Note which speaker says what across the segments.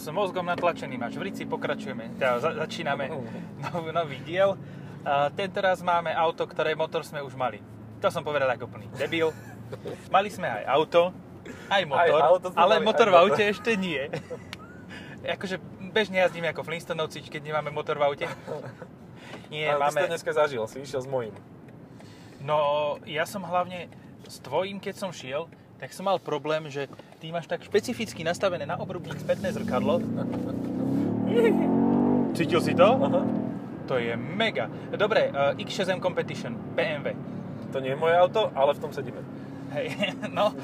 Speaker 1: s mozgom natlačeným až v rici pokračujeme, teda za, začíname
Speaker 2: Oh.
Speaker 1: nový, nový diel. A tento raz máme auto, ktoré motor sme už mali. To som povedal ako plný debil. Mali sme aj auto, aj motor, aj
Speaker 2: auto
Speaker 1: auto
Speaker 2: sme
Speaker 1: ale
Speaker 2: mali,
Speaker 1: motor
Speaker 2: aj
Speaker 1: v
Speaker 2: motor.
Speaker 1: aute ešte nie. akože bežne jazdíme ako Flintstonovci, keď nemáme motor v aute. Nie,
Speaker 2: Ale ty si
Speaker 1: máme...
Speaker 2: to dneska zažil, si išiel s mojím.
Speaker 1: No, ja som hlavne s tvojím, keď som šiel, tak som mal problém, že ty máš tak špecificky nastavené na obrubník spätné zrkadlo. Cítil si to?
Speaker 2: Aha.
Speaker 1: To je mega. Dobre, uh, X6M Competition, BMW.
Speaker 2: To nie je moje auto, ale v tom sedíme.
Speaker 1: Hej, no.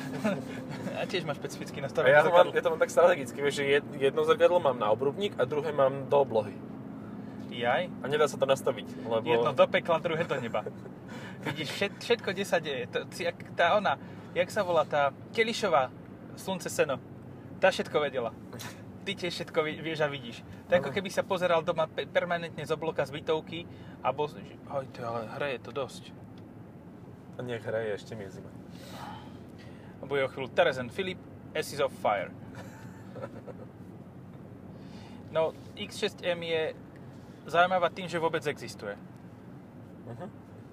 Speaker 1: A tiež máš špecificky
Speaker 2: A
Speaker 1: nastavené
Speaker 2: ja to, mám,
Speaker 1: zrkadlo.
Speaker 2: ja to mám tak strategicky, vieš, že jed- jedno zrkadlo mám na obrubník a druhé mám do oblohy.
Speaker 1: Jaj.
Speaker 2: A nedá sa to nastaviť, lebo...
Speaker 1: Jedno do pekla, druhé do neba. Vidíš, všet, všetko, kde sa deje. To, si- jak tá ona, jak sa volá tá Telišová, slunce, seno. Tá všetko vedela. Ty tiež všetko vie- vieš a vidíš. To je ako
Speaker 2: Áno.
Speaker 1: keby sa pozeral doma pe- permanentne z obloka z bytovky a bol si, že aj to ale hraje to dosť.
Speaker 2: A nech hraje, ešte mi je zima.
Speaker 1: A bude o chvíľu Terezen Filip, Asses of Fire. No, X6M je zaujímavá tým, že vôbec existuje.
Speaker 2: Mhm.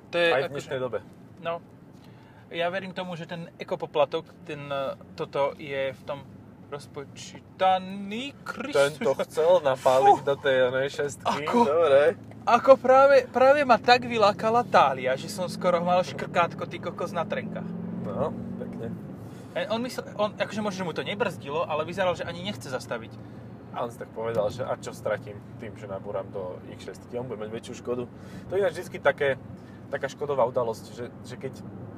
Speaker 1: To je
Speaker 2: Aj v
Speaker 1: akože-
Speaker 2: dnešnej dobe.
Speaker 1: No, ja verím tomu, že ten ekopoplatok, ten, eh, toto je v tom rozpočítaný
Speaker 2: Ten
Speaker 1: Kristus.
Speaker 2: to chcel napáliť do tej onej šestky.
Speaker 1: Ako?
Speaker 2: Dobre.
Speaker 1: Ako práve, práve ma tak vylákala tália, že som skoro mal škrkátko ty kokos na trenkách.
Speaker 2: No, pekne.
Speaker 1: E, On myslel, on, akože možno že mu to nebrzdilo, ale vyzeral, že ani nechce zastaviť.
Speaker 2: A on si tak povedal, že a čo stratím tým, že nabúram do X6, on bude mať väčšiu škodu. To je ináč vždy také, taká škodová udalosť, že, že keď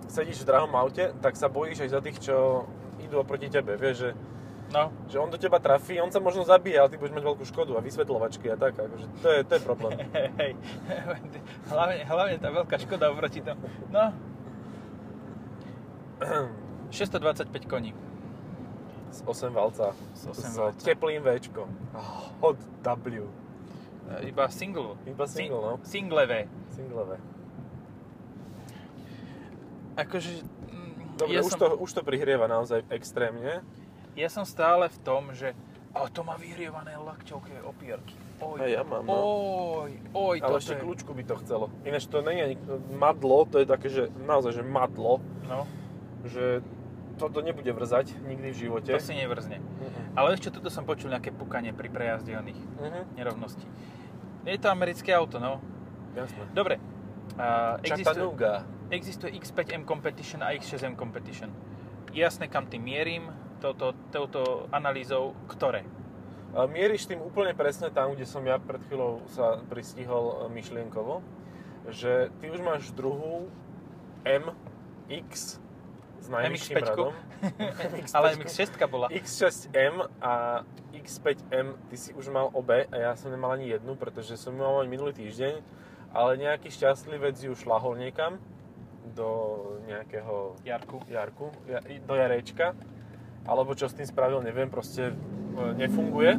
Speaker 2: sedíš v drahom aute, tak sa bojíš aj za tých, čo idú oproti tebe, vieš, že,
Speaker 1: No,
Speaker 2: že on do teba trafí, on sa možno zabije, ale ty budeš mať veľkú škodu a vysvetľovačky a tak, akože to je, to je problém.
Speaker 1: hej, hlavne, hlavne tá veľká škoda oproti tomu. No, 625 koní.
Speaker 2: Z 8 valca,
Speaker 1: Z osem
Speaker 2: s
Speaker 1: valca.
Speaker 2: teplým Včkom od W,
Speaker 1: E, Iba single.
Speaker 2: Iba single, no.
Speaker 1: Single V.
Speaker 2: single V.
Speaker 1: Akože... mm,
Speaker 2: Dobre,
Speaker 1: ja
Speaker 2: už,
Speaker 1: som-
Speaker 2: to, už to prihrieva naozaj extrémne.
Speaker 1: Ja som stále v tom, že a to má vyhrievané lakťovké opierky. Oj,
Speaker 2: A ja mám, no.
Speaker 1: oj, oj,
Speaker 2: Ale
Speaker 1: toto
Speaker 2: ešte
Speaker 1: je-
Speaker 2: kľúčku by to chcelo. Ináč to nie je ani- madlo, to je také, že naozaj, že madlo,
Speaker 1: No,
Speaker 2: že toto nebude vrzať nikdy v živote.
Speaker 1: to si nevrzne. Ale ešte tuto som počul nejaké pukanie pri prejazde oných
Speaker 2: Mhm,
Speaker 1: nerovností. Je to americké auto, no.
Speaker 2: jasné.
Speaker 1: Dobre. A existuje,
Speaker 2: Chattanooga.
Speaker 1: existuje X5M Competition a X6M Competition. Jasné, kam tým mierim, touto, touto analýzou, ktoré.
Speaker 2: A Mieríš tým úplne presne tam, kde som ja pred chvíľou sa pristihol e, myšlienkovo, že ty už máš druhú MX s najvyšším
Speaker 1: MX5.
Speaker 2: radom.
Speaker 1: Ale MX6 bola.
Speaker 2: X6M a X5M, ty si už mal obe a ja som nemal ani jednu, pretože som ju mal len minulý týždeň, ale nejaký šťastlivec ju šlahol niekam do nejakého
Speaker 1: Jarku.
Speaker 2: jarku, ja- i- do jarečka, alebo čo s tým spravil, neviem, proste e, nefunguje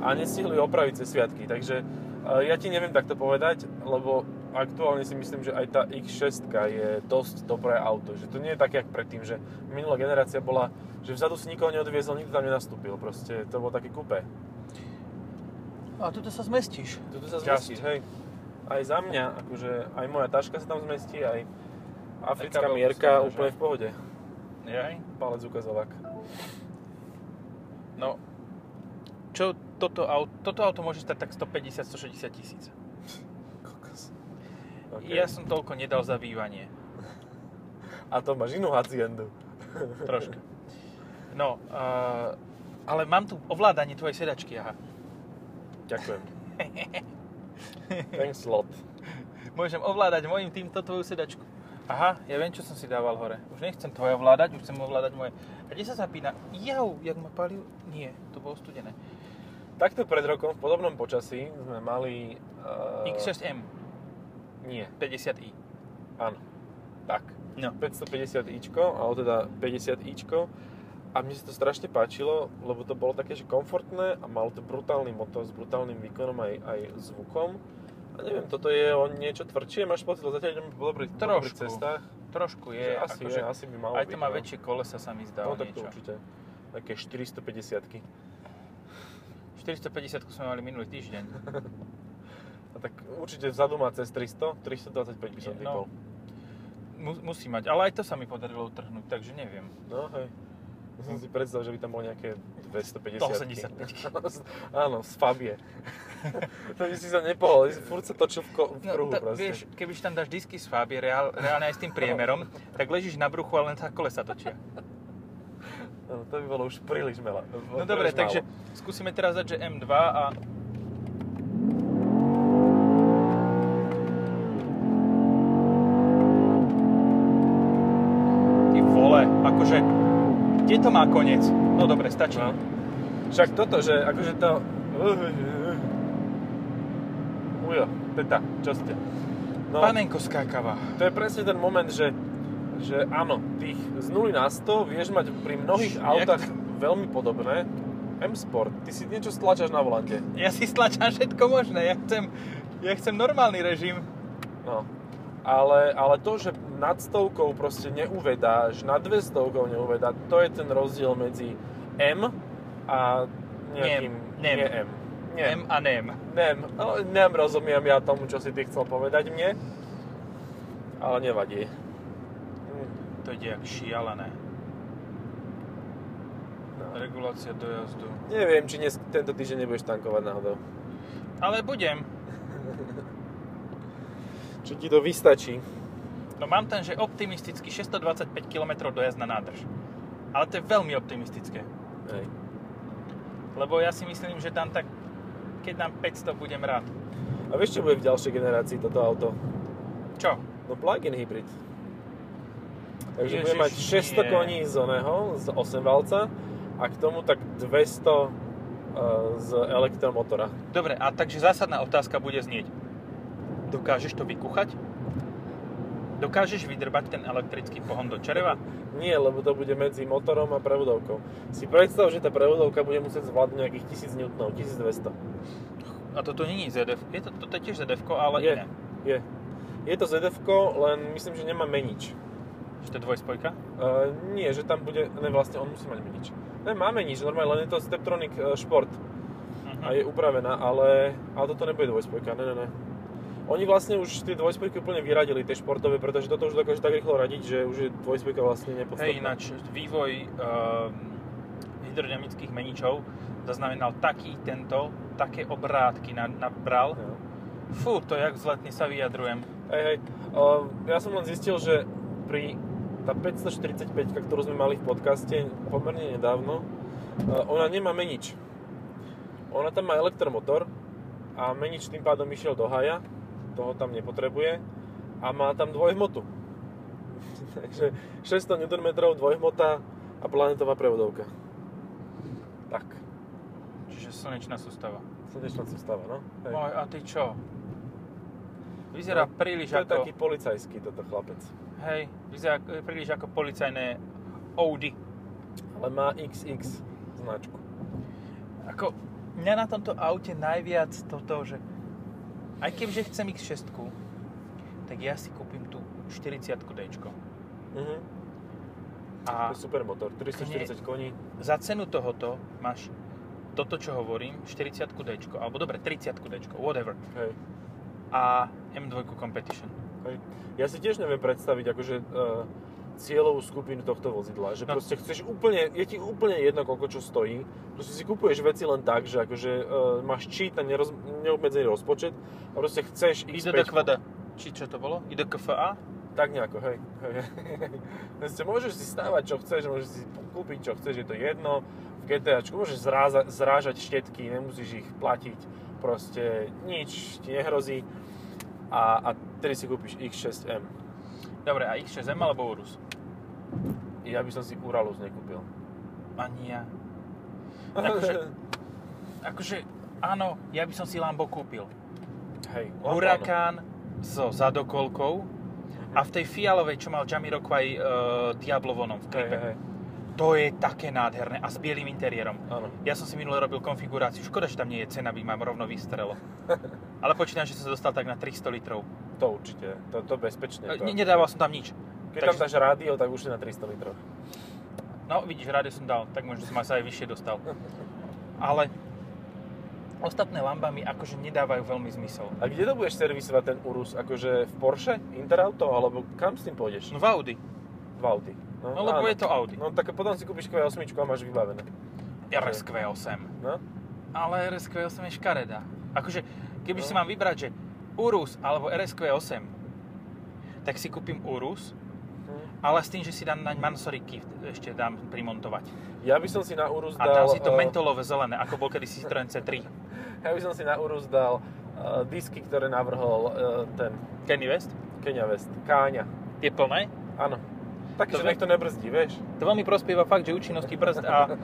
Speaker 2: a nestihli ju opraviť cez sviatky, takže e, ja ti neviem takto povedať, lebo aktuálne si myslím, že aj tá X6 je dosť dobré auto, že to nie je také, jak predtým, že minulá generácia bola, že vzadu si nikoho neodviezol, nikto tam nenastúpil, proste to bolo také kupé.
Speaker 1: A tuto sa zmestíš.
Speaker 2: Toto sa
Speaker 1: Just.
Speaker 2: zmestí, hej. Aj za mňa, akože aj moja taška sa tam zmestí, aj africká
Speaker 1: veľkosť
Speaker 2: mierka
Speaker 1: tam, že?
Speaker 2: úplne v pohode.
Speaker 1: Jaj.
Speaker 2: Palec ukazovák.
Speaker 1: No, čo toto auto, toto auto môže stať tak 150-160 tisíc.
Speaker 2: Kokos.
Speaker 1: Okay. Ja som toľko nedal za bývanie.
Speaker 2: A to máš inú haciendu.
Speaker 1: Trošku. No, uh, ale mám tu ovládanie tvojej sedačky, aha.
Speaker 2: Ďakujem. Ten slot.
Speaker 1: Môžem ovládať mojim týmto tvoju sedačku. Aha, ja viem, čo som si dával hore. Už nechcem tvoje ovládať, už chcem ovládať moje. A kde sa zapína? Jau, jak ma palil? Nie, to bolo studené.
Speaker 2: Takto pred rokom, v podobnom počasí, sme mali... eh,
Speaker 1: X6M
Speaker 2: Nie,
Speaker 1: 50i.
Speaker 2: áno. Tak.
Speaker 1: No.
Speaker 2: 550 ičko, alebo teda 50 ičko. A mne sa to strašne páčilo, lebo to bolo také, že komfortné a malo to brutálny motor s brutálnym výkonom aj, aj zvukom. A neviem, toto je o niečo tvrdšie, máš pocit, lebo zatiaľ ideme po dobrých, po dobrých
Speaker 1: Trošku.
Speaker 2: cestách.
Speaker 1: Trošku
Speaker 2: že
Speaker 1: je,
Speaker 2: asi,
Speaker 1: akože,
Speaker 2: je, asi by malo
Speaker 1: aj
Speaker 2: byť,
Speaker 1: to má
Speaker 2: no.
Speaker 1: väčšie kolesa sa mi zdá. o
Speaker 2: No tak to
Speaker 1: niečo.
Speaker 2: určite. Také 450 -ky.
Speaker 1: 450 450 sme mali minulý týždeň.
Speaker 2: A No, tak určite vzadu má cez 300, 325 by som
Speaker 1: Je, no.
Speaker 2: typol.
Speaker 1: Mu- musí mať, ale aj to sa mi podarilo utrhnúť, takže neviem.
Speaker 2: No hej. Ja som si predstav, že by tam bolo nejaké 250.
Speaker 1: 185.
Speaker 2: Áno, z Fabie. to by si sa nepohol, furt sa točil v, ko- v kruhu
Speaker 1: ta- No,
Speaker 2: proste.
Speaker 1: vieš, kebyš tam dáš disky z Fabie, reál, reálne aj s tým priemerom, tak ležíš na bruchu a len sa kolesa točia.
Speaker 2: No, to by bolo už príliš veľa.
Speaker 1: No dobre, takže skúsime teraz dať, že M2 a... Ty vole, akože... Kde to má konec? No dobre, stačí.
Speaker 2: No. Však toto, že akože to... uhuh. Ujo, teta, čo ste? No,
Speaker 1: Panenko skákava.
Speaker 2: to je presne ten moment, že, že áno, tých z 0 na 100 vieš mať pri mnohých
Speaker 1: Jak-
Speaker 2: autách veľmi podobné. M-Sport, ty si niečo stlačaš na volante.
Speaker 1: Ja si stlačam všetko možné, ja chcem, ja chcem normálny režim.
Speaker 2: No. Ale, ale to, že nad stovkou proste neuvedáš, nad 200 neuvedá, to je ten rozdiel medzi M a nejakým...
Speaker 1: Nem.
Speaker 2: Nie M. Nie
Speaker 1: Nem a nem.
Speaker 2: Nem. Ale nem rozumiem ja tomu, čo si ty chcel povedať mne. Ale nevadí. Hm,
Speaker 1: To ide jak šialené.
Speaker 2: No.
Speaker 1: Regulácia dojazdu.
Speaker 2: Neviem, či dnes, tento týždeň nebudeš tankovať náhodou.
Speaker 1: Ale budem.
Speaker 2: Či ti to vystačí.
Speaker 1: No mám ten, že optimisticky 625 km dojazd na nádrž. Ale to je veľmi optimistické.
Speaker 2: Hej.
Speaker 1: Lebo ja si myslím, že tam tak, keď nám 500, budem rád.
Speaker 2: A vieš, čo bude v ďalšej generácii toto auto?
Speaker 1: Čo?
Speaker 2: No plug-in hybrid. Takže
Speaker 1: Ježiš,
Speaker 2: bude mať 600
Speaker 1: nie.
Speaker 2: koní z oného, z 8 valca a k tomu tak 200 e, z elektromotora.
Speaker 1: Dobre, a takže zásadná otázka bude znieť. Dokážeš to vykuchať? Dokážeš vydrbať ten elektrický pohon do čereva?
Speaker 2: Nie, lebo to bude medzi motorom a prevodovkou. Si predstav, že tá prevodovka bude musieť zvládnuť nejakých 1000 N,
Speaker 1: A
Speaker 2: 1200.
Speaker 1: toto není ZDF. Je to, toto je tiež zdf ale
Speaker 2: je,
Speaker 1: iné.
Speaker 2: je. Je to zdf len myslím, že nemá menič.
Speaker 1: Že to je dvojspojka?
Speaker 2: E, nie, že tam bude, ne vlastne, on musí mať menič. Ne, má menič, normálne, len je to Steptronic e, Sport.
Speaker 1: Mhm.
Speaker 2: a je upravená, ale, ale toto nebude dvojspojka, ne, ne, ne. Oni vlastne už tie dvojspojky úplne vyradili, tie športové, pretože toto už dokáže tak rýchlo radiť, že už je dvojspojka vlastne nepodstatná.
Speaker 1: Hej, ináč vývoj uh, hydrodynamických meničov zaznamenal taký tento, také obrátky na, nabral.
Speaker 2: No.
Speaker 1: Fú, to jak vzletne sa vyjadrujem.
Speaker 2: Hej, hej. O, ja som len zistil, že pri tá 545, ktorú sme mali v podcaste pomerne nedávno, e, ona nemá menič. Ona tam má elektromotor a menič tým pádom išiel do haja, toho tam nepotrebuje a má tam dvojhmotu. Takže 600 Nm dvojhmota a planetová prevodovka. Tak,
Speaker 1: Čiže slnečná sústava.
Speaker 2: slnečná sústava, no. Hej.
Speaker 1: Moj, a ty čo? Vyzerá
Speaker 2: No,
Speaker 1: príliš
Speaker 2: to je
Speaker 1: ako...
Speaker 2: taký policajský toto chlapec.
Speaker 1: Hej, vyzerá ako- príliš ako policajné Audi.
Speaker 2: Ale má XX značku.
Speaker 1: Ako, mňa na tomto aute najviac toto, že aj keďže chcem X6, tak ja si kúpim tú 40 D.
Speaker 2: Mhm.
Speaker 1: A
Speaker 2: To je super motor, 340 koní.
Speaker 1: za cenu tohoto máš toto, čo hovorím, 40 D, alebo dobre, 30 D, whatever,
Speaker 2: Hej.
Speaker 1: a M2 Competition.
Speaker 2: Hej. Ja si tiež neviem predstaviť akože uh, cieľovú skupinu tohto vozidla, že
Speaker 1: No.
Speaker 2: proste chceš úplne, je ti úplne jedno, koľko čo stojí, proste si kupuješ veci len tak, že akože uh, máš cheat a neroz, neobmedzený rozpočet a proste chceš X5,
Speaker 1: IDDQD, či čo to bolo? IDKFA?
Speaker 2: tak nejako, hej. hej. proste môžeš si stávať, čo chceš, môžeš si kúpiť, čo chceš, je to jedno, v GTAčku môžeš zráza, zrážať štetky, nemusíš ich platiť, proste nič ti nehrozí a, a tedy si kúpiš X6M.
Speaker 1: Dobre, a X6M alebo Urus?
Speaker 2: Ja by som si Uralus nekúpil.
Speaker 1: Ani ja. Akože, akože, áno, ja by som si Lambo kúpil.
Speaker 2: Hej.
Speaker 1: Huracán so zadokolkou a
Speaker 2: Mhm.
Speaker 1: v tej fialovej, čo mal Jamiroquai e, Diablo vonom v
Speaker 2: Hej,
Speaker 1: klipe.
Speaker 2: hej, hej.
Speaker 1: To je také nádherné a s bielým interiérom.
Speaker 2: Áno.
Speaker 1: Ja som si minule robil konfiguráciu, škoda, že tam nie je cena, by ma rovno vystrelo. Ale počítam, že som sa dostal tak na 300 litrov.
Speaker 2: To určite. To, to bezpečne.
Speaker 1: E,
Speaker 2: To.
Speaker 1: ne- Nedával som tam nič.
Speaker 2: Keď tam
Speaker 1: takže-
Speaker 2: dáš rádio, tak už si na 300 litroch.
Speaker 1: No, vidíš, rádio som dal, tak možno som sa aj vyššie dostal. Ale Ostatné lamba mi akože nedávajú veľmi zmysel.
Speaker 2: A kde to budeš servisovať ten Urus? Akože v Porsche? Interauto? Alebo kam s tým pôjdeš?
Speaker 1: No v Audi.
Speaker 2: V Audi.
Speaker 1: No, lebo je to Audi.
Speaker 2: No tak potom si kúpiš Q8 a máš vybavené.
Speaker 1: RSQ8.
Speaker 2: No?
Speaker 1: Ale RSQ8 je škareda. Akože, keby
Speaker 2: No.
Speaker 1: si mám vybrať, že Urus alebo RSQ8, tak si kúpim Urus, ale s tým, že si dám naň mansory kift, ešte dám primontovať.
Speaker 2: Ja by som si na Urus
Speaker 1: A
Speaker 2: dal...
Speaker 1: dám si to
Speaker 2: eh,
Speaker 1: mentolové zelené, ako bol kedysi Citroen C3.
Speaker 2: Ja by som si na Urus dal eh, disky, ktoré navrhol eh, ten
Speaker 1: Kenny West,
Speaker 2: Kenya West. Káňa.
Speaker 1: je plné.
Speaker 2: Áno. Také, že
Speaker 1: Dobre.
Speaker 2: nech to nebrzdí, vieš?
Speaker 1: To veľmi prospieva fakt, že účinnosti brzd a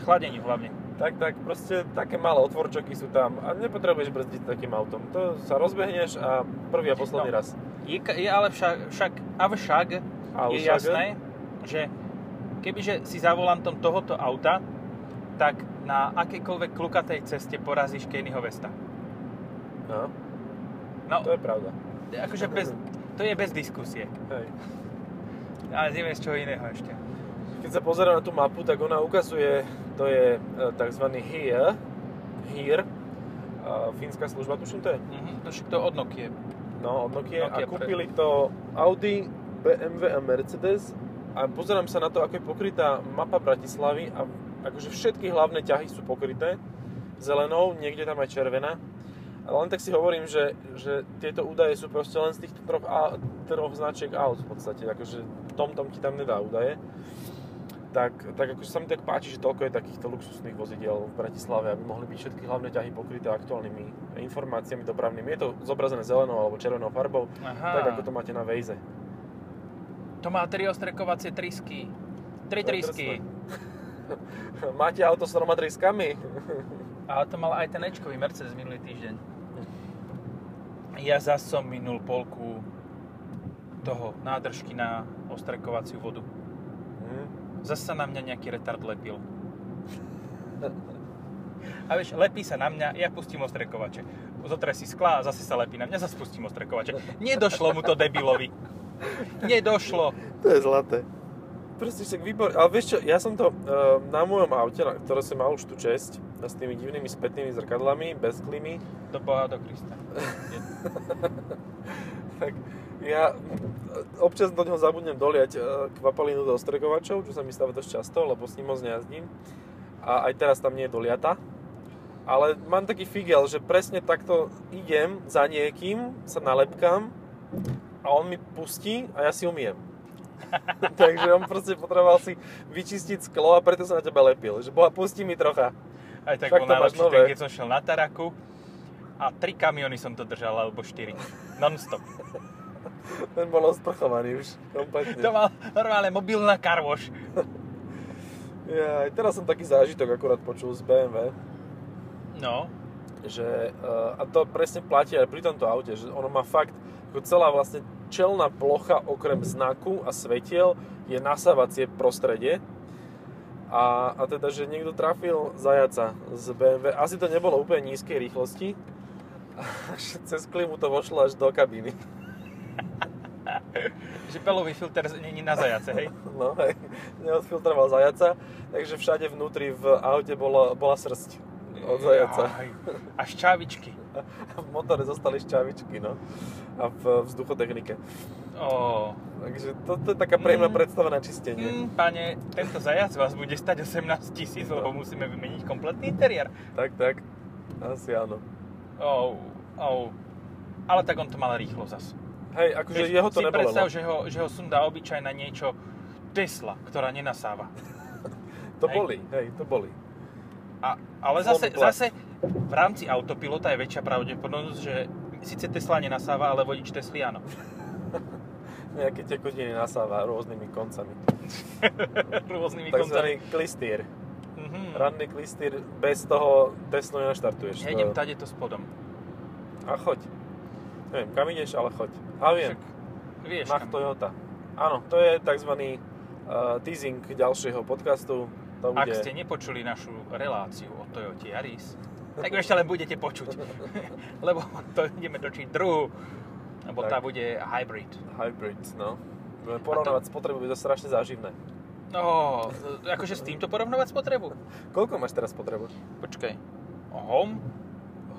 Speaker 1: chladení hlavne.
Speaker 2: Tak, tak, proste také malé otvorčoky sú tam a nepotrebuješ brzdiť takým autom. To sa rozbehneš a prvý a posledný
Speaker 1: No.
Speaker 2: raz.
Speaker 1: Je, ka- je ale však, však, avšak
Speaker 2: Ale
Speaker 1: je
Speaker 2: však-
Speaker 1: jasné, že kebyže si za volantom tohoto auta, tak na akékoľvek klukatej ceste porazíš Kennyho Vesta.
Speaker 2: No,
Speaker 1: No,
Speaker 2: to je pravda.
Speaker 1: akože bez, to je bez diskusie.
Speaker 2: Hej.
Speaker 1: Ale neviem z čoho iného ešte.
Speaker 2: Keď sa pozerá na tú mapu, tak ona ukazuje, to je e, tzv. HIR, HIR, fínska služba, tuším to je,
Speaker 1: Mhm, to však to od Nokia.
Speaker 2: no od Nokia, a
Speaker 1: Nokia pre-
Speaker 2: kúpili to Audi, BMW a Mercedes a pozerám sa na to, ako je pokrytá mapa Bratislavy a akože všetky hlavné ťahy sú pokryté zelenou, niekde tam aj červená. Ale len tak si hovorím, že, že tieto údaje sú proste len z týchto troch, a, troch značiek aut v podstate. Akože tom, tom ti tam nedá údaje. Tak, tak akože sa mi tak páči, že toľko je takýchto luxusných vozidiel v Bratislave, aby mohli byť všetky hlavné ťahy pokryté aktuálnymi informáciami dopravnými. Je to zobrazené zelenou alebo červenou farbou,
Speaker 1: Aha.
Speaker 2: tak ako to máte na Waze.
Speaker 1: To má tri ostrekovacie trisky. Tri
Speaker 2: To je
Speaker 1: trisky.
Speaker 2: máte auto s troma triskami?
Speaker 1: A to mal aj ten Ečkový Mercedes minulý týždeň. Ja zas som minul polku toho nádržky na ostrekovaciu vodu.
Speaker 2: Hm.
Speaker 1: Zas sa na mňa nejaký retard lepil. A vieš, lepí sa na mňa, ja pustím ostrekovače. Zotre si skla a zase sa lepí na mňa, zase pustím ostrekovače. Nedošlo mu to debilovi. Nedošlo.
Speaker 2: To je zlaté. Proste však výbor, ale vieš čo, ja som to eh, na mojom aute, na ktoré som mal už tú česť, s tými divnými spätnými zrkadlami, bez klimy,
Speaker 1: Do Boha, do Krista.
Speaker 2: tak ja eh, občas do neho zabudnem doliať eh, kvapalinu do ostrekovačov, čo sa mi stáva dosť často, lebo s ním moc nejazdím. A aj teraz tam nie je doliata. Ale mám taký figel, že presne takto idem za niekým, sa nalepkám a on mi pustí a ja si umiem. Takže on proste potreboval si vyčistiť sklo a preto sa na teba lepil. Že boha, pustí mi trocha.
Speaker 1: Aj tak
Speaker 2: Však
Speaker 1: bol
Speaker 2: to máš
Speaker 1: najlepší
Speaker 2: nové.
Speaker 1: ten, keď som šiel na Taraku a tri kamiony som to držal, alebo štyri. Non-stop.
Speaker 2: Ten bol osprchovaný už. Kompletne.
Speaker 1: To mal normálne mobilná karvoš.
Speaker 2: Ja, teraz som taký zážitok akurát počul z BMW.
Speaker 1: No,
Speaker 2: že, eh, a to presne platí aj pri tomto aute, že ono má fakt, ako celá vlastne čelná plocha okrem znaku a svetiel je nasávacie prostredie. A, a teda, že niekto trafil zajaca z BMW, asi to nebolo úplne nízkej rýchlosti, až cez klimu to vošlo až do kabíny.
Speaker 1: že pelový filter není na zajace, hej?
Speaker 2: No, hej, neodfiltroval zajaca, takže všade vnútri v aute bolo, bola srst od zajaca.
Speaker 1: Aj. A šťavičky.
Speaker 2: V motore zostali šťavičky, no. A v vzduchotechnike.
Speaker 1: Ó.
Speaker 2: Takže toto je taká príjemná
Speaker 1: Mm.
Speaker 2: predstava na čistenie.
Speaker 1: Mm, pane, tento zajac vás bude stať 18 tisíc, lebo musíme vymeniť kompletný interiér.
Speaker 2: Tak, tak. Asi áno.
Speaker 1: Oh, oh. Ale tak on to mal rýchlo zas.
Speaker 2: Hej, akože
Speaker 1: Vieš,
Speaker 2: jeho to
Speaker 1: si
Speaker 2: nebolelo.
Speaker 1: predstav, že ho, že ho sundá obyčajná niečo Tesla, ktorá nenasáva.
Speaker 2: To
Speaker 1: Hej.
Speaker 2: boli, hej, to boli.
Speaker 1: A, ale
Speaker 2: Slom
Speaker 1: zase,
Speaker 2: plat.
Speaker 1: zase v rámci autopilota je väčšia pravdepodobnosť, že síce Tesla nenasáva, ale vodič Tesly áno.
Speaker 2: Nejaké tekutiny nasáva rôznymi koncami.
Speaker 1: Rôznymi koncami.
Speaker 2: Takzvaný klistýr.
Speaker 1: Mhm.
Speaker 2: Ranný klistýr, bez toho Teslu nenaštartuješ.
Speaker 1: Ja idem
Speaker 2: To-
Speaker 1: tady to spodom.
Speaker 2: A choď. Neviem, kam ideš, ale choď. A viem,
Speaker 1: Však Vieš,
Speaker 2: Mach
Speaker 1: kam.
Speaker 2: Toyota. Áno, to je tzv. Uh, teasing ďalšieho podcastu. To
Speaker 1: ak
Speaker 2: bude...
Speaker 1: ste nepočuli našu reláciu o Toyota Yaris, tak ju ešte len budete počuť. Lebo to ideme točiť druhú, lebo
Speaker 2: Tak.
Speaker 1: tá bude hybrid.
Speaker 2: Hybrid, no. Budeme Porovnávať spotrebu, je to strašne záživné.
Speaker 1: No, akože s týmto porovnovať spotrebu?
Speaker 2: Koľko máš teraz spotrebu?
Speaker 1: Počkaj, Home,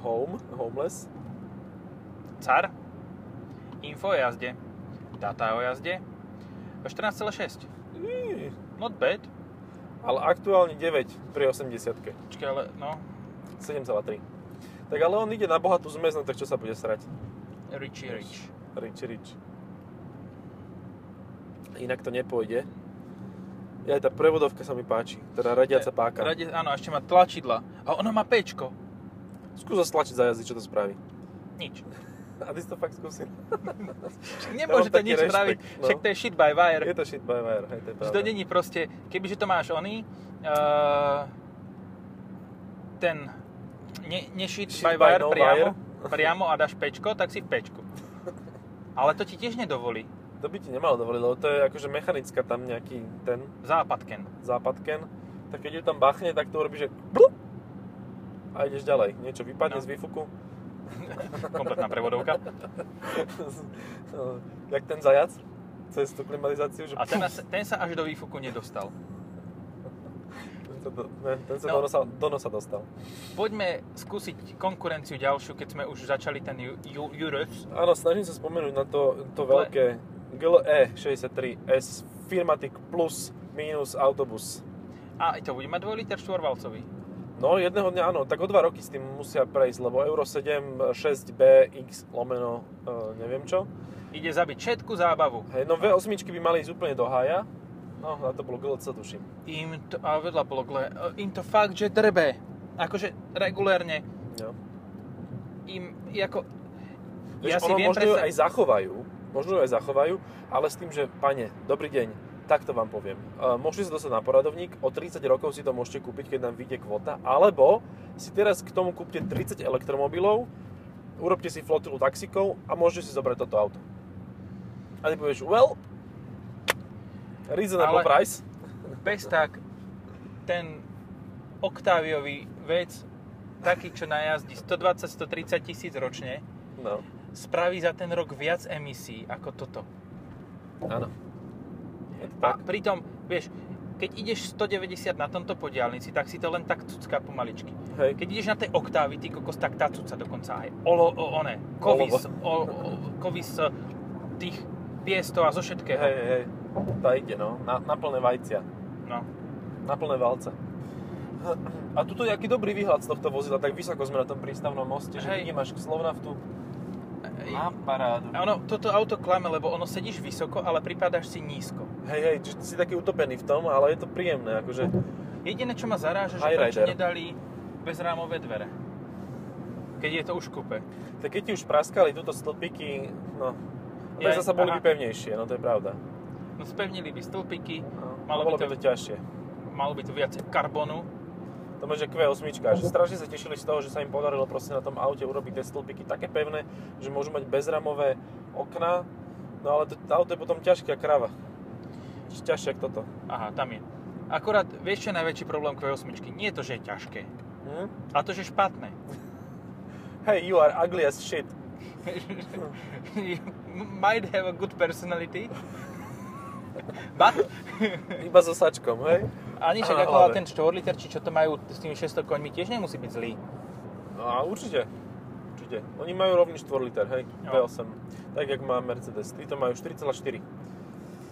Speaker 2: Home, homeless.
Speaker 1: car, info o jazde, data o jazde, 14,6.
Speaker 2: Í,
Speaker 1: Not bad.
Speaker 2: Ale aktuálne 9 pri 80
Speaker 1: Počkaj, ale no,
Speaker 2: 7,3. Tak ale on ide na bohatú zmes, no tak čo sa bude srať?
Speaker 1: Richie Rich.
Speaker 2: Rich, rich. Inak to nepôjde. Ja tá prevodovka sa mi páči, teda radiaca páka.
Speaker 1: Rade, áno, ešte má tlačidla. A ona má pečko.
Speaker 2: Skús stlačiť za jazdy, čo to spraví.
Speaker 1: Nič.
Speaker 2: A ty si to fakt skúsil.
Speaker 1: Nemôže to
Speaker 2: taký
Speaker 1: nič
Speaker 2: rešpekt,
Speaker 1: spraviť.
Speaker 2: no.
Speaker 1: Však to je shit by wire.
Speaker 2: Je to shit by wire, hej, to je
Speaker 1: Že to
Speaker 2: pravda.
Speaker 1: není proste, kebyže to máš oný, uh, ten ne, ne shit,
Speaker 2: Shit
Speaker 1: by
Speaker 2: by
Speaker 1: wire
Speaker 2: no
Speaker 1: priamo,
Speaker 2: wire.
Speaker 1: priamo a dáš pečko, tak si v pečku. Ale to ti tiež nedovolí.
Speaker 2: To by ti nemalo dovoliť, lebo to je akože mechanická tam nejaký ten
Speaker 1: Západken.
Speaker 2: západken. Tak keď ju tam bachne, tak to urobíš, že blup a ideš ďalej. Niečo vypadne
Speaker 1: No.
Speaker 2: z výfuku.
Speaker 1: Kompletná prevodovka.
Speaker 2: No, Jak ten zajac cez tú klimatizáciu, že
Speaker 1: A ten, as- ten sa až do výfuku nedostal.
Speaker 2: ten sa, do, ne, ten sa
Speaker 1: No.
Speaker 2: do, nosa, do nosa dostal.
Speaker 1: Poďme skúsiť konkurenciu ďalšiu, keď sme už začali ten Ju- Ju- Jurus.
Speaker 2: Áno, snažím sa spomenúť na to, to veľké E GLE63S Firmatic Plus minus autobus.
Speaker 1: A to bude mať 2 liter štvorvalcový.
Speaker 2: No, jedného dňa áno, tak o dva roky s tým musia prejsť, lebo Euro 7, 6B, X, lomeno, e, neviem čo.
Speaker 1: Ide zabiť všetku zábavu.
Speaker 2: Hej, no V8 by mali ísť úplne do haja. No, na to bolo GLC, tuším.
Speaker 1: Im to, a vedľa bolo gle, im to fakt, že drbe. Akože regulérne
Speaker 2: No.
Speaker 1: im, ako...
Speaker 2: Vieš, ono možno ju aj zachovajú, možno ju aj zachovajú, ale s tým, že pane, dobrý deň, takto vám poviem. E, Môžete sa dostať na poradovník, o 30 rokov si to môžete kúpiť, keď nám vyjde kvota, alebo si teraz k tomu kúpte 30 elektromobilov, urobte si flotilu taxikov a môžete si zobrať toto auto. A ty povieš, well,
Speaker 1: Ale-
Speaker 2: reasonable price.
Speaker 1: bez tak ten oktáviový vec, taký, čo najazdí 120-130 tisíc ročne,
Speaker 2: No,
Speaker 1: spraví za ten rok viac emisí ako toto.
Speaker 2: áno. Je to
Speaker 1: A
Speaker 2: tak.
Speaker 1: pritom, vieš, keď ideš 190 na tomto po diálnici, tak si to len tak cucká pomaličky.
Speaker 2: Hej.
Speaker 1: Keď ideš na tej oktávy, ty kokos, tak tá cuca dokonca aj olo, o, one, kovis, o, o, kovis z tých piestov a zo všetkého.
Speaker 2: Hej, hej, hej. Tá ide, no. Na, na plné vajcia.
Speaker 1: No.
Speaker 2: Na plné valce. A tuto je aký dobrý výhľad z tohto vozidla, tak vysoko sme na tom prístavnom moste, že
Speaker 1: Hej.
Speaker 2: vidím až k Slovnaftu.
Speaker 1: Ej,
Speaker 2: Mám parádu.
Speaker 1: A ono, toto auto klame, lebo ono sedíš vysoko, ale pripadáš si nízko.
Speaker 2: Hej, hej, čiže ty si taký utopený v tom, ale je to príjemné, akože
Speaker 1: Jediné, čo ma zaráža, že
Speaker 2: High
Speaker 1: prečo
Speaker 2: rider.
Speaker 1: nedali bezrámové dvere. Keď je to už kúpe.
Speaker 2: tak keď ti už praskali túto stĺpiky, no, tak
Speaker 1: Jaj,
Speaker 2: zase boli
Speaker 1: aha.
Speaker 2: by pevnejšie, no to je pravda.
Speaker 1: No spevnili by stĺpiky,
Speaker 2: No,
Speaker 1: Malo by
Speaker 2: bolo
Speaker 1: to-
Speaker 2: by to ťažšie.
Speaker 1: malo by to viacej karbonu.
Speaker 2: To môže Q8, že strašne sa tešili z toho, že sa im podarilo proste na tom aute urobiť tie stĺpiky také pevné, že môžu mať bezramové okná, no ale to auto je potom ťažká krava. Ešte Ťažšie ako toto.
Speaker 1: Aha, tam je. Akorát, vieš, čo je najväčší problém Q8? Nie je to, že je ťažké,
Speaker 2: Hm?
Speaker 1: ale to, že je špatné.
Speaker 2: Hey, you are ugly as shit.
Speaker 1: You might have a good personality, but...
Speaker 2: Iba so sačkom, hej?
Speaker 1: Ani však
Speaker 2: Áno,
Speaker 1: ako ale
Speaker 2: ale-
Speaker 1: ten 4 liter, či čo to majú s tými 600 koňmi, tiež nemusí byť zlý.
Speaker 2: No a určite. Určite. Oni majú rovný 4 liter, hej?
Speaker 1: Jo.
Speaker 2: V8. Tak, jak má Mercedes. Títo majú 4,4.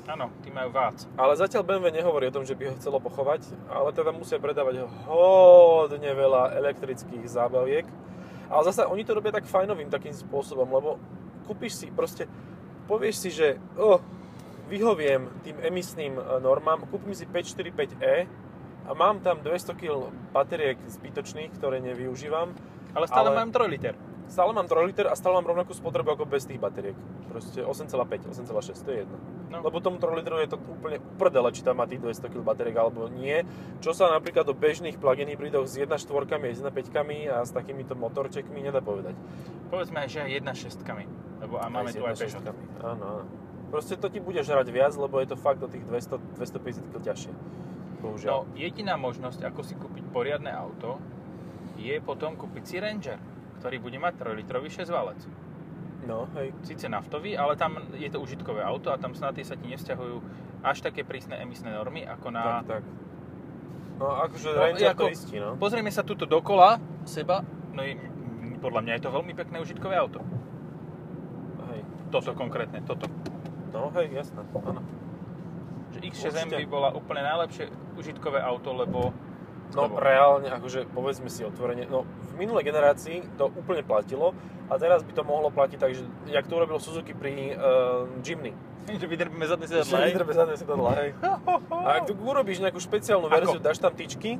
Speaker 1: Áno, tí majú vác.
Speaker 2: Ale zatiaľ BMW nehovorí o tom, že by ho chcelo pochovať, ale teda musia predávať hodne veľa elektrických zábaviek. Ale zase oni to robia tak fajnovým takým spôsobom, lebo kúpiš si proste, povieš si, že oh, vyhoviem tým emisným e, normám, kúpim si 545e E a mám tam 200 kg bateriek zbytočných, ktoré nevyužívam.
Speaker 1: Ale stále
Speaker 2: Ale-
Speaker 1: mám 3 liter.
Speaker 2: Stále mám 3 liter a stále mám rovnakú spotrebu ako bez tých bateriek. Proste 8,5, 8,6, to je jedno.
Speaker 1: No.
Speaker 2: Lebo tomu 3 litru je to úplne uprdele, či tam má tých 200 kg bateriek alebo nie. Čo sa napríklad o bežných plug-in hybridoch s 1.4 a 1.5 a s takýmito motorčekmi nedá povedať.
Speaker 1: Povedzme aj, že aj 1,6. Lebo a máme
Speaker 2: s
Speaker 1: tu aj
Speaker 2: 1.6.
Speaker 1: Peugeot. No,
Speaker 2: Áno, áno. Proste to ti bude žrať viac, lebo je to fakt do tých 200, 250 kg ťažšie.
Speaker 1: No,
Speaker 2: Bohužiaľ.
Speaker 1: jediná možnosť, ako si kúpiť poriadne auto, je potom kúpiť si Ranger, ktorý bude mať 3-litrový 6-valec.
Speaker 2: no hej.
Speaker 1: Sice naftový, ale tam je to užitkové auto a tam snad tie sa ti nevzťahujú až také prísne emisné normy ako na...
Speaker 2: Tak, tak. No No akože no, Ranger ako... to istí, no.
Speaker 1: Pozrieme sa tuto dokola seba, no je, m- podľa mňa je to veľmi pekné užitkové auto.
Speaker 2: Hej.
Speaker 1: Toto konkrétne, toto.
Speaker 2: No hej, jasné, áno.
Speaker 1: Že X6M
Speaker 2: Určite.
Speaker 1: by bola úplne najlepšie užitkové auto, lebo
Speaker 2: No
Speaker 1: Lebo-
Speaker 2: reálne, akože povedzme si otvorene, no v minulej generácii to úplne platilo a teraz by to mohlo platiť tak, že jak to urobil Suzuki pri uh, Jimny.
Speaker 1: že vydrbíme zadné
Speaker 2: Ešte
Speaker 1: sedadla, hej?
Speaker 2: nedrbe zadné sedadla, hej. A ak tu urobíš nejakú špeciálnu
Speaker 1: Ako?
Speaker 2: verziu, dáš tam tyčky,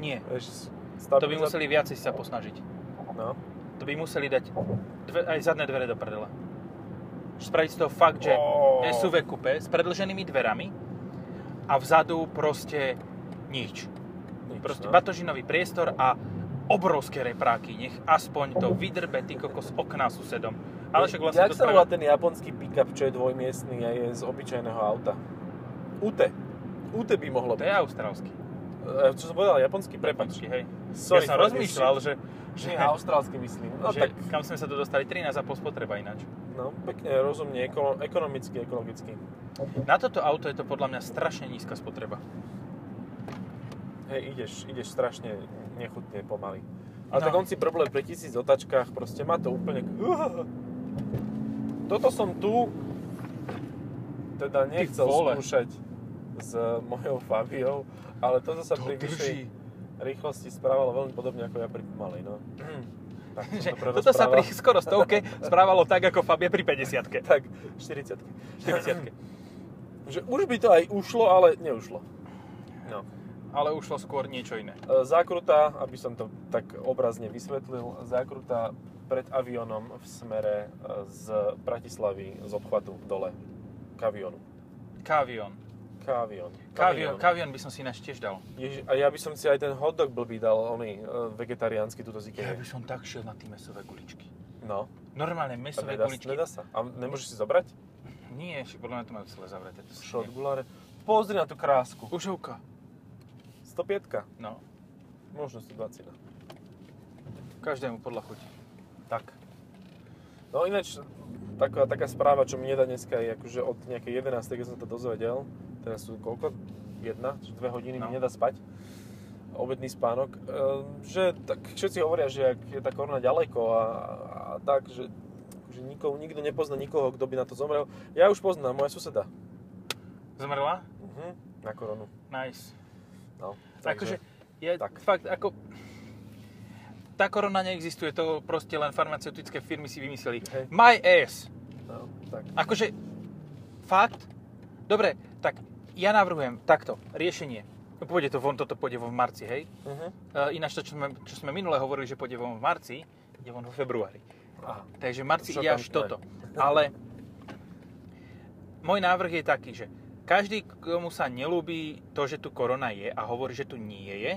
Speaker 1: Nie,
Speaker 2: vieš,
Speaker 1: to by museli viacej sa posnažiť.
Speaker 2: No,
Speaker 1: To by museli dať dve, aj zadné dvere do prdela. Spraviť z toho fakt, že
Speaker 2: Ó.
Speaker 1: SUV kupe s predlženými dverami a vzadu proste nič.
Speaker 2: nič,
Speaker 1: Proste
Speaker 2: no.
Speaker 1: batožinový priestor a obrovské repráky. Nech aspoň to vydrbe ty kokos okna susedom. Ale však vlastne
Speaker 2: Jak
Speaker 1: to
Speaker 2: sa
Speaker 1: spravil-
Speaker 2: volá ten japonský pick-up, čo je dvojmiestný a je z obyčajného auta? Ute. Ute by mohlo
Speaker 1: To je
Speaker 2: byť.
Speaker 1: austrálsky.
Speaker 2: E, Čo som povedal, japonský, prepač.
Speaker 1: Prepačky, hej.
Speaker 2: Sorry,
Speaker 1: ja som
Speaker 2: for
Speaker 1: rozmýšľal,
Speaker 2: this
Speaker 1: že,
Speaker 2: shit.
Speaker 1: že,
Speaker 2: Nie, austrálsky myslím. No
Speaker 1: že
Speaker 2: tak,
Speaker 1: kam sme sa tu dostali, 13 a spotreba ináč.
Speaker 2: no, pekne, rozumne, ekolo, ekonomicky, ekologicky.
Speaker 1: Na toto auto je to podľa mňa strašne nízka spotreba.
Speaker 2: Hej, ideš, ideš strašne nechutne pomaly.
Speaker 1: No.
Speaker 2: A tak on si problém pri tisíc otačkách, proste má to úplne... Toto som tu teda nechcel
Speaker 1: vole.
Speaker 2: skúšať s mojou Fabiou, ale toto sa
Speaker 1: To
Speaker 2: pri vyššej
Speaker 1: drží.
Speaker 2: rýchlosti správalo veľmi podobne ako ja pri pomalej, no. Tak som
Speaker 1: Že,
Speaker 2: to prerozprával.
Speaker 1: Mhm. toto sa pri skoro stovke správalo tak, ako Fabia pri 50
Speaker 2: Tak, 40
Speaker 1: 40
Speaker 2: Že už by to aj ušlo, ale neušlo. No.
Speaker 1: Ale ušlo skôr niečo iné.
Speaker 2: E, Zákruta, aby som to tak obrazne vysvetlil, zákruta pred avionom v smere e, z Bratislavy z obchvatu dole k avionu.
Speaker 1: Kavion.
Speaker 2: K avionu. K
Speaker 1: Kavion,
Speaker 2: avionu.
Speaker 1: kavion by som si ináč tiež dal.
Speaker 2: Ježi, a ja by som si aj ten hotdog blbý dal, oný e, vegetariánsky, túto
Speaker 1: Ja
Speaker 2: zikenie.
Speaker 1: by som tak šiel na tie mesové guličky. teda
Speaker 2: No,
Speaker 1: Normálne
Speaker 2: a
Speaker 1: mesové
Speaker 2: nedá,
Speaker 1: guličky.
Speaker 2: nedá sa. A nemôžeš si zobrať?
Speaker 1: Nie, však podľa mňa to majú celé zavreté. To si
Speaker 2: Šot
Speaker 1: neviem.
Speaker 2: gulare. Pozri na tú krásku.
Speaker 1: Užovka.
Speaker 2: 105
Speaker 1: No,
Speaker 2: možno 120 no.
Speaker 1: každému podľa chuti.
Speaker 2: Tak. No ináč, taká, taká správa, čo mi nedá dneska, je akože od nejakej 11. keď som to dozvedel, teraz sú koľko? Jedna, či dve hodiny
Speaker 1: No.
Speaker 2: mi nedá spať, obedný spánok, ehm, že tak všetci hovoria, že ak je tá korona ďaleko a, a tak, že, že nikoho, nikto nepozná nikoho, kto by na to zomrel. Ja už poznám, moja suseda.
Speaker 1: Zmrla?
Speaker 2: Mhm, na koronu.
Speaker 1: Nice.
Speaker 2: No,
Speaker 1: Akože, je
Speaker 2: tak.
Speaker 1: fakt, ako... Tá korona neexistuje, to proste len farmaceutické firmy si vymysleli.
Speaker 2: Hej.
Speaker 1: My ass.
Speaker 2: no, tak.
Speaker 1: Akože, fakt? Dobre, tak ja navrhujem takto, riešenie. No, Pôjde to von, toto pôjde von v marci, hej?
Speaker 2: Mhm.
Speaker 1: E, ináč to, čo sme, čo sme minule hovorili, že pôjde von v marci, ide von vo februári.
Speaker 2: Aha.
Speaker 1: Takže v marci
Speaker 2: Čo
Speaker 1: ide
Speaker 2: tam
Speaker 1: až
Speaker 2: je?
Speaker 1: toto. Ale môj návrh je taký, že každý, komu sa nelúbi to, že tu korona je a hovorí, že tu nie je,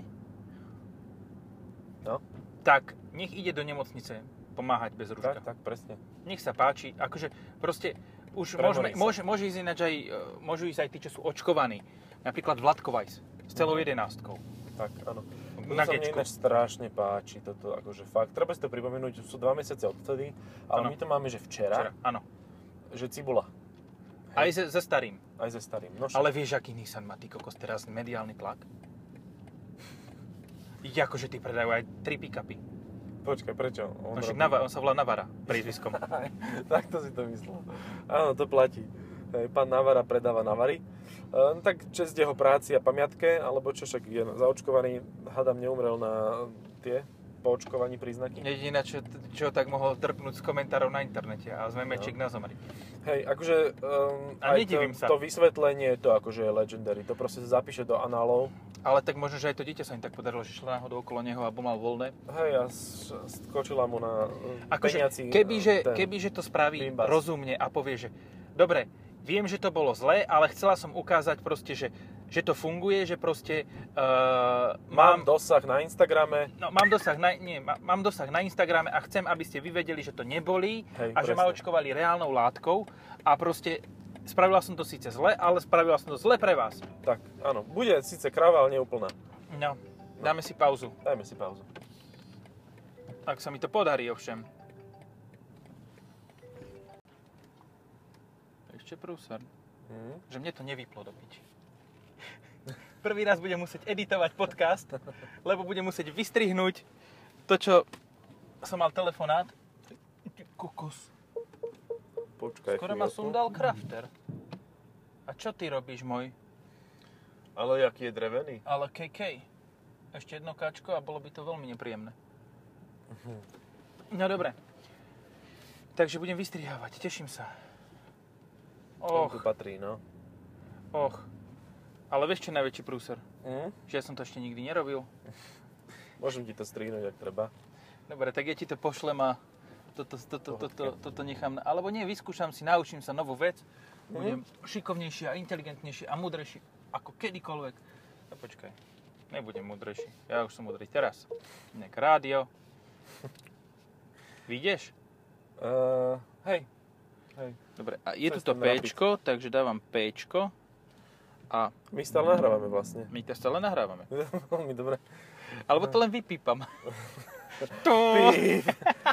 Speaker 2: No,
Speaker 1: tak nech ide do nemocnice pomáhať bez rúška.
Speaker 2: tak, tak, presne.
Speaker 1: Nech sa páči, akože proste už môžeme,
Speaker 2: Premorí sa.
Speaker 1: môže, môže ísť ináč aj, e, môžu ísť aj tí, čo sú očkovaní. Napríklad Vladko Vajs s celou jedenáctkou.
Speaker 2: Tak, áno. Mhm. To
Speaker 1: Na
Speaker 2: sa mne
Speaker 1: gečku.
Speaker 2: ináč strašne páči, toto akože fakt. Treba si to pripomenúť, sú dva mesiace odtedy, ale
Speaker 1: Áno.
Speaker 2: my to máme, že
Speaker 1: Včera,
Speaker 2: včera,
Speaker 1: áno.
Speaker 2: že cibula,
Speaker 1: Aj se, se starým.
Speaker 2: aj ze starým. No,
Speaker 1: Ale vieš, aký Nissan má ty kokos teraz mediálny tlak? Jakože ty predajú aj tri pick-upy.
Speaker 2: Počkaj, prečo?
Speaker 1: On, No však
Speaker 2: robí-
Speaker 1: Nava, on sa volá Navara, priezviskom.
Speaker 2: Aj, Takto si to myslel. Áno, to platí. Hej, Pán Navara predáva Navary. Ehm, tak čest jeho práci a pamiatke, alebo čo však je zaočkovaný, hadam neumrel na tie po očkovaní príznaky.
Speaker 1: Jediné, čo, čo tak mohol drpnúť z komentárov na internete a sme
Speaker 2: No.
Speaker 1: mečik na zomri.
Speaker 2: Hej, akože um,
Speaker 1: A
Speaker 2: aj to,
Speaker 1: nedivím sa.
Speaker 2: to vysvetlenie, to akože je legendary, to proste sa zapíše do análov.
Speaker 1: Ale tak možno, že aj to dieťa sa im tak podarilo, že šla náhodou okolo neho a bol mal voľné.
Speaker 2: Hej, a s- skočila mu na akože, peniaci
Speaker 1: Akože, kebyže,
Speaker 2: ten
Speaker 1: kebyže to spraví
Speaker 2: bimbas.
Speaker 1: rozumne a povie, že dobre, viem, že to bolo zlé, ale chcela som ukázať proste, že, že to funguje, že proste uh,
Speaker 2: Mám
Speaker 1: mám,
Speaker 2: dosah na Instagrame.
Speaker 1: No, mám dosah, na, nie, ma- mám dosah na Instagrame a chcem, aby ste vy vedeli, že to nebolí
Speaker 2: Hej,
Speaker 1: a že ma
Speaker 2: presne.
Speaker 1: očkovali reálnou látkou a proste spravila som to síce zle, ale spravila som to zle pre vás.
Speaker 2: Tak, áno. Bude síce kráva, ale neúplná.
Speaker 1: No, dáme si pauzu,
Speaker 2: Dajme si pauzu.
Speaker 1: ak sa mi to podarí ovšem. Ešte prúser,
Speaker 2: Mhm.
Speaker 3: Mhm.
Speaker 1: že mne to nevyplo do piči. Prvý raz budem musieť editovať podcast, lebo budem musieť vystrihnúť to, čo som mal telefonát. Ty Kokos.
Speaker 3: Počkaj
Speaker 1: Skoro ma
Speaker 3: chvíľku.
Speaker 1: sundal crafter. A čo ty robíš, môj?
Speaker 3: Ale jaký je drevený?
Speaker 1: Ale KK. Ešte jedno kačko a bolo by to veľmi nepríjemné. No dobre. Takže budem vystrihávať, teším sa.
Speaker 2: Oh.
Speaker 1: Och,
Speaker 2: tu patrí, no.
Speaker 1: och. Ale vieš, čo je najväčší prúser?
Speaker 3: Mhm.
Speaker 2: Mm?
Speaker 1: Že ja som to ešte nikdy nerobil.
Speaker 2: Môžem ti to strihnúť, ak treba.
Speaker 1: Dobre, tak ja ti to pošlem a toto, toto, toto, toto nechám. Na... Alebo nie, vyskúšam si, naučím sa novú vec. Budem šikovnejší a inteligentnejší a múdrejší ako kedykoľvek. No počkaj, nebudem múdrejší. Ja už som múdry teraz. Nek rádio. Vidíš?
Speaker 2: Uh, hej.
Speaker 1: Dobre, a je
Speaker 2: To
Speaker 1: tu
Speaker 2: je
Speaker 1: to
Speaker 2: ten
Speaker 1: péčko, takže dávam péčko. A
Speaker 2: My stále nahrávame vlastne.
Speaker 1: my to stále nahrávame.
Speaker 2: Veľmi dobre.
Speaker 1: Alebo to len vypípam.
Speaker 2: Pí,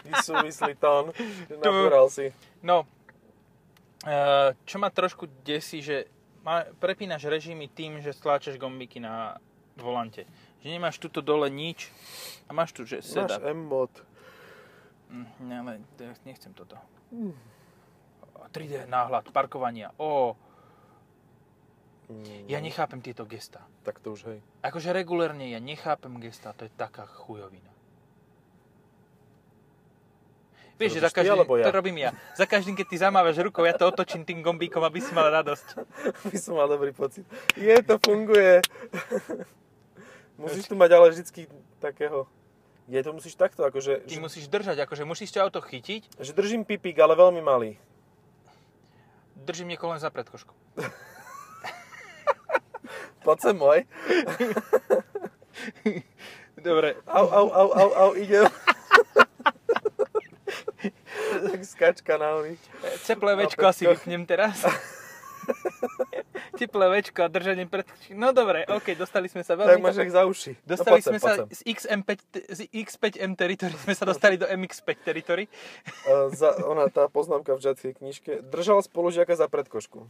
Speaker 2: vysúvislý tón.
Speaker 1: Tu.
Speaker 2: Nabúral si.
Speaker 1: No, eh, čo ma trošku desí, že ma, prepínaš režimy tým, že stláčaš gombiky na volante. Že nemáš tuto dole nič a máš tu, že
Speaker 3: Máš
Speaker 2: e-
Speaker 1: setup.
Speaker 3: M-mod.
Speaker 1: Mm, ne, ale ja nechcem toto. 3D náhľad, parkovania. Ó,
Speaker 2: Mm,
Speaker 1: ja nechápem tieto gesta.
Speaker 2: Tak to už hej.
Speaker 1: Akože regulérne ja nechápem gesta, to je taká chujovina. Vieš, že
Speaker 2: robíš
Speaker 1: za
Speaker 2: ty,
Speaker 1: každým,
Speaker 2: alebo ja?
Speaker 1: to robím ja. Za každým, keď ty zamávaš rukou, ja to otočím tým gombíkom, aby si mal radosť.
Speaker 2: By som mal dobrý pocit. Je, to funguje. musíš tu mať ale vždycky takého... Je, to musíš takto, akože...
Speaker 1: Ty
Speaker 2: Že,
Speaker 1: musíš držať, akože musíš to auto chytiť,
Speaker 2: že držím pipík, ale veľmi malý.
Speaker 1: držím niekoho len za predkošku.
Speaker 2: Poď sem môj.
Speaker 1: Dobre,
Speaker 2: Au, au, au, au, au, idem. tak skačka na oni.
Speaker 1: teplé večko
Speaker 2: Na
Speaker 1: asi vypnem teraz. teplé večko a držanie predkošku. No dobre, ok, dostali sme sa
Speaker 2: Tak
Speaker 1: veľmi...
Speaker 2: máš jak za uši. No
Speaker 1: Dostali
Speaker 2: poď sem,
Speaker 1: sme
Speaker 2: poď
Speaker 1: sa
Speaker 2: sem.
Speaker 1: z, XM5, te- z X5M teritory, sme sa dostali do MX5 teritory.
Speaker 2: Uh, za, ona, tá poznámka v žiackej knižke. Držal spolužiaka za predkošku.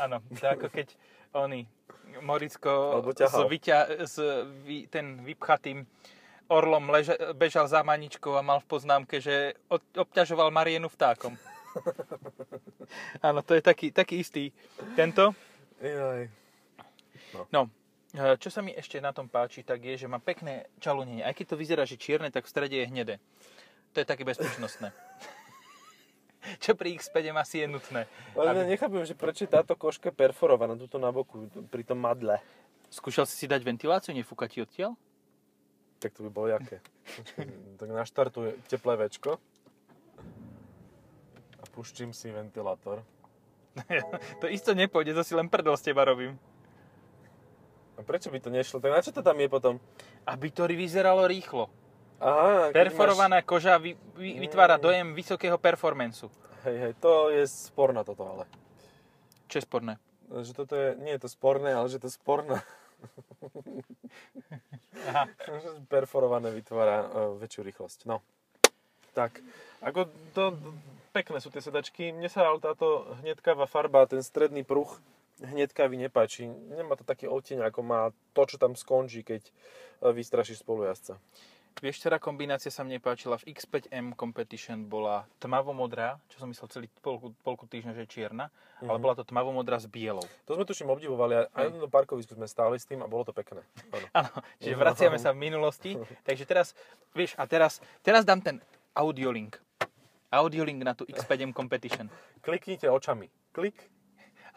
Speaker 1: Áno, to je ako keď oni, Moricko
Speaker 2: Alebo
Speaker 1: s,
Speaker 2: ťahal.
Speaker 1: vyťa, s vy, ten vypchatým orlom leža, bežal za maničkou a mal v poznámke, že od, obťažoval Marienu vtákom. Áno, to je taký, taký istý tento.
Speaker 2: Jaj.
Speaker 1: No, e, čo sa mi ešte na tom páči, tak je, že má pekné čalunenie. Aj keď to vyzerá, že čierne, tak v strede je hnedé. To je také bezpečnostné. čo pri X5 asi je nutné.
Speaker 2: Ale ja nechápem, že prečo je táto koška perforovaná tuto na boku, pri tom madle.
Speaker 1: Skúšal si si dať ventiláciu, nefúka ti odtiaľ?
Speaker 2: Tak to by bolo jaké. tak naštartuje teplé večko. A puštím si ventilátor.
Speaker 1: To isto nepôjde, to si len prdel s teba robím.
Speaker 2: A prečo by to nešlo? Tak na čo to tam je potom?
Speaker 1: Aby to vyzeralo rýchlo.
Speaker 2: Aha, keď
Speaker 1: Perforovaná koža vy, vy, vytvára dojem vysokého performancu.
Speaker 2: Máš... Hej, hej, to je sporná toto ale.
Speaker 1: Čo je sporné?
Speaker 2: Že toto je, nie je to sporné, ale že to sporná.
Speaker 1: Aha.
Speaker 2: Že Perforované vytvára e, väčšiu rýchlosť. No. Tak, ako to, pekné sú tie sedačky. Mne sa ale táto hnedkavá farba, ten stredný pruh hnedkavý nepáči. Nemá to taký oteň, ako má to, čo tam skončí, keď e, vystrašíš spolujazdca.
Speaker 1: Vieš, ktorá kombinácia sa mne páčila v X5M Competition bola tmavomodrá, čo som myslel celý polku, polku týždňa, že je čierna, mm-hmm. ale bola to tmavomodrá s bielou.
Speaker 2: To sme tuším obdivovali a aj na parkovisku sme stáli s tým a bolo to pekné. Áno.
Speaker 1: Áno, čiže vraciame sa v minulosti. Takže teraz, vieš, a teraz, teraz dám ten audiolink. Audiolink na tú X5M Competition.
Speaker 2: Kliknite očami. Klik.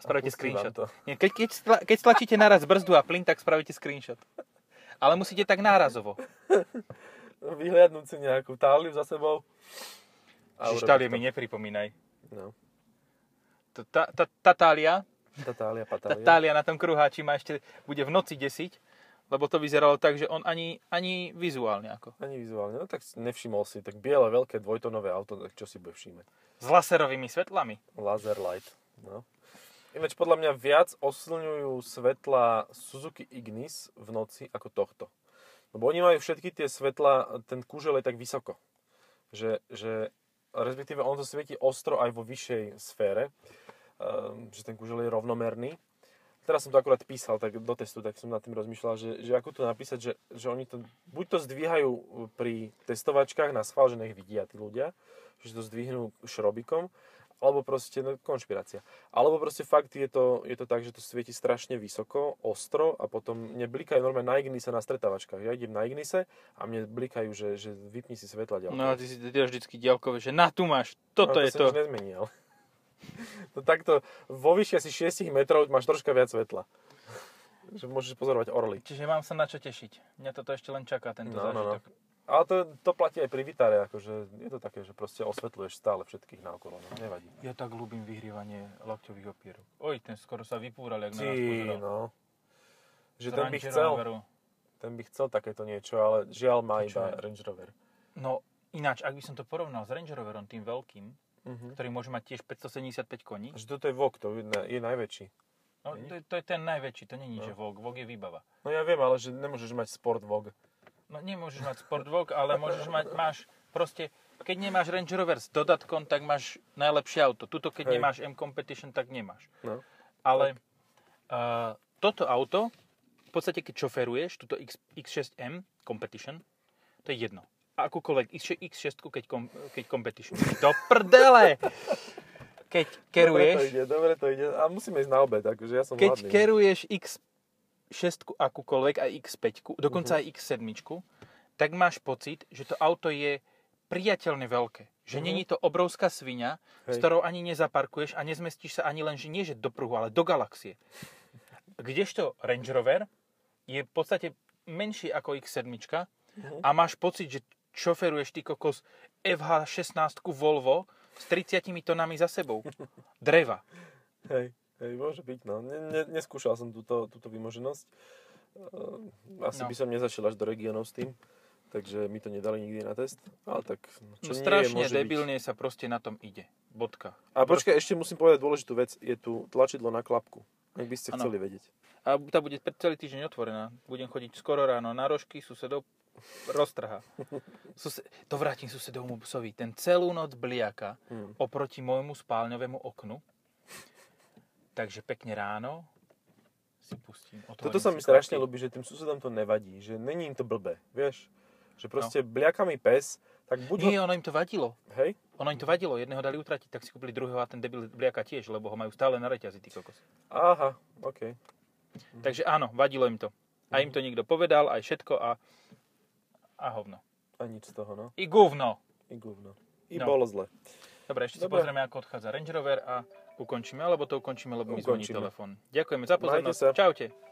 Speaker 1: A Spravíte
Speaker 2: pustí
Speaker 1: screenshot.
Speaker 2: vám to.
Speaker 1: Nie, keď, keď, stla, keď stlačíte naraz brzdu a plyn, tak spravíte screenshot. Ale musíte tak nárazovo.
Speaker 2: Vyhliadnúť si nejakú táliu za sebou. A
Speaker 1: Čiže
Speaker 2: urobiť
Speaker 1: štálie
Speaker 2: to.
Speaker 1: mi nepripomínaj.
Speaker 2: No.
Speaker 1: T- Tá, tá, tá tália,
Speaker 2: Tá tália,
Speaker 1: tá
Speaker 2: patália.
Speaker 1: tália na tom kruháči ma ešte bude v noci desiť, lebo to vyzeralo tak, že on ani, ani vizuálne ako.
Speaker 2: Ani vizuálne, no tak nevšimol si, tak biele veľké dvojtonové auto, tak čo si bude všímať?
Speaker 1: S laserovými svetlami.
Speaker 2: Laser light, no. Ináč podľa mňa viac oslňujú svetla Suzuki Ignis v noci ako tohto. Lebo oni majú všetky tie svetla, ten kúžel je tak vysoko, že, že respektíve on to svieti ostro aj vo vyššej sfére. ehm, že ten kužel je rovnomerný. Teraz som to akurát písal tak do testu, tak som nad tým rozmýšľal, že, že ako to napísať, že, že oni to buď to zdvíhajú pri testovačkách na schvál, že nech vidia tí ľudia, že to zdvihnú šrobikom, alebo proste no, konšpirácia. Alebo proste fakt je to, je to tak, že to svieti strašne vysoko, ostro a potom mne blikajú normálne na Ignise na stretávačkách. Ja idem na Ignise a mne blikajú, že, že vypni si svetla ďalej.
Speaker 1: No a ty si teda vždycky diaľkové, že na tu máš, toto je
Speaker 2: no,
Speaker 1: to.
Speaker 2: sa nič nezmení, ale... To takto, vo výške asi 6 metrov máš troška viac svetla. Že môžeš pozorovať orly.
Speaker 1: Čiže mám sa na čo tešiť. Mňa toto ešte len čaká, tento
Speaker 2: No, no, no.
Speaker 1: zážitok.
Speaker 2: Ale to, to platí aj pri gitare, akože je to také, že proste osvetľuješ stále všetkých naokolo, no, nevadí.
Speaker 1: Ja tak ľúbim vyhrievanie lakťových opierov. Oj, ten skoro sa vypúral, jak na
Speaker 2: Ty,
Speaker 1: nás pozeral.
Speaker 2: no. Že
Speaker 1: Z
Speaker 2: ten by
Speaker 1: Range
Speaker 2: chcel,
Speaker 1: Roveru.
Speaker 2: ten by chcel takéto niečo, ale žiaľ
Speaker 1: To
Speaker 2: má
Speaker 1: čo
Speaker 2: iba
Speaker 1: je?
Speaker 2: Range Rover.
Speaker 1: No, ináč, ak by som to porovnal s Range Roverom, tým veľkým,
Speaker 2: Mhm.
Speaker 1: ktorý môže mať tiež 575 koní,
Speaker 2: Že toto je Vok, to je, na- je najväčší.
Speaker 1: no, to, je- to je ten najväčší, to není, že Vogue, Vogue je výbava.
Speaker 2: No ja viem, ale že nemôžeš mať Sport Vok.
Speaker 1: No nemôžeš mať Sport Vogue, ale môžeš mať, máš proste, keď nemáš Range Rover s dodatkom, tak máš najlepšie auto. Tuto, keď
Speaker 2: Hej.
Speaker 1: nemáš M Competition, tak nemáš.
Speaker 2: No.
Speaker 1: Ale uh, toto auto, v podstate keď šoferuješ, túto X, X6M Competition, to je jedno. A akúkoľvek X, X6, keď, kom, keď Competition. Do prdele! Keď
Speaker 2: Dobre to
Speaker 1: keruješ,
Speaker 2: ide, dobre to ide. A musíme ísť na obed, akože ja som
Speaker 1: keď
Speaker 2: hladný.
Speaker 1: keruješ X6 akúkoľvek a X5, dokonca
Speaker 2: Mhm.
Speaker 1: aj X7, tak máš pocit, že to auto je priateľne veľké. Že
Speaker 2: Mhm.
Speaker 1: není to obrovská svinia, s
Speaker 2: Hej.
Speaker 1: ktorou ani nezaparkuješ a nezmestíš sa ani len, že nie že do pruhu, ale do galaxie. Kdežto Range Rover je v podstate menší ako X7 a máš pocit, že šoferuješ ty kokos FH16 Volvo s 30 tonami za sebou. Dreva.
Speaker 2: Hej, hej, môže byť, no. Ne, ne, neskúšal som túto, túto vymoženosť. Ehm, Asi
Speaker 1: No.
Speaker 2: by som nezašiel až do regiónov s tým, takže mi to nedali nikdy na test. Ale tak, čo
Speaker 1: No,
Speaker 2: nie je,
Speaker 1: strašne
Speaker 2: môže byť.
Speaker 1: debilne sa proste na tom ide. Bodka.
Speaker 2: A počkaj, ešte musím povedať dôležitú vec. Je tu tlačidlo na klapku, ak by ste
Speaker 1: Áno.
Speaker 2: chceli vedieť.
Speaker 1: A tá bude pre- celý týždeň otvorená. Budem chodiť skoro ráno na rožky susedov roztrha. Sused... To vrátim susedovmu psovi. Ten celú noc bliaka
Speaker 2: Hmm.
Speaker 1: oproti môjmu spálňovému oknu. Takže pekne ráno si pustím.
Speaker 2: Toto
Speaker 1: otvorím
Speaker 2: sa
Speaker 1: si
Speaker 2: mi strašne
Speaker 1: klapky.
Speaker 2: ľúbi, že tým susedom to nevadí, že není im to blbé, vieš? Že proste no. bliaka mi pes, tak buď ho...
Speaker 1: Nie, ono im to vadilo.
Speaker 2: Hej?
Speaker 1: Ono im to vadilo. Jedného dali utratiť, tak si kúpili druhého a ten debil bliaka tiež, lebo ho majú stále na reťazi, ty kokos.
Speaker 2: Aha, OK.
Speaker 1: Takže áno, vadilo im to. A im to niekto povedal, aj všetko a, a hovno.
Speaker 2: A nič z toho, no.
Speaker 1: I guvno.
Speaker 2: I guvno. I
Speaker 1: No.
Speaker 2: bolo zle.
Speaker 1: Dobre, ešte si
Speaker 2: Dobre.
Speaker 1: pozrieme, ako odchádza Range Rover a ukončíme, alebo to ukončíme, lebo mi zvoní
Speaker 2: Ukončíme.
Speaker 1: telefón. Ďakujeme za
Speaker 2: Majte
Speaker 1: pozornosť.
Speaker 2: sa.
Speaker 1: Čaute.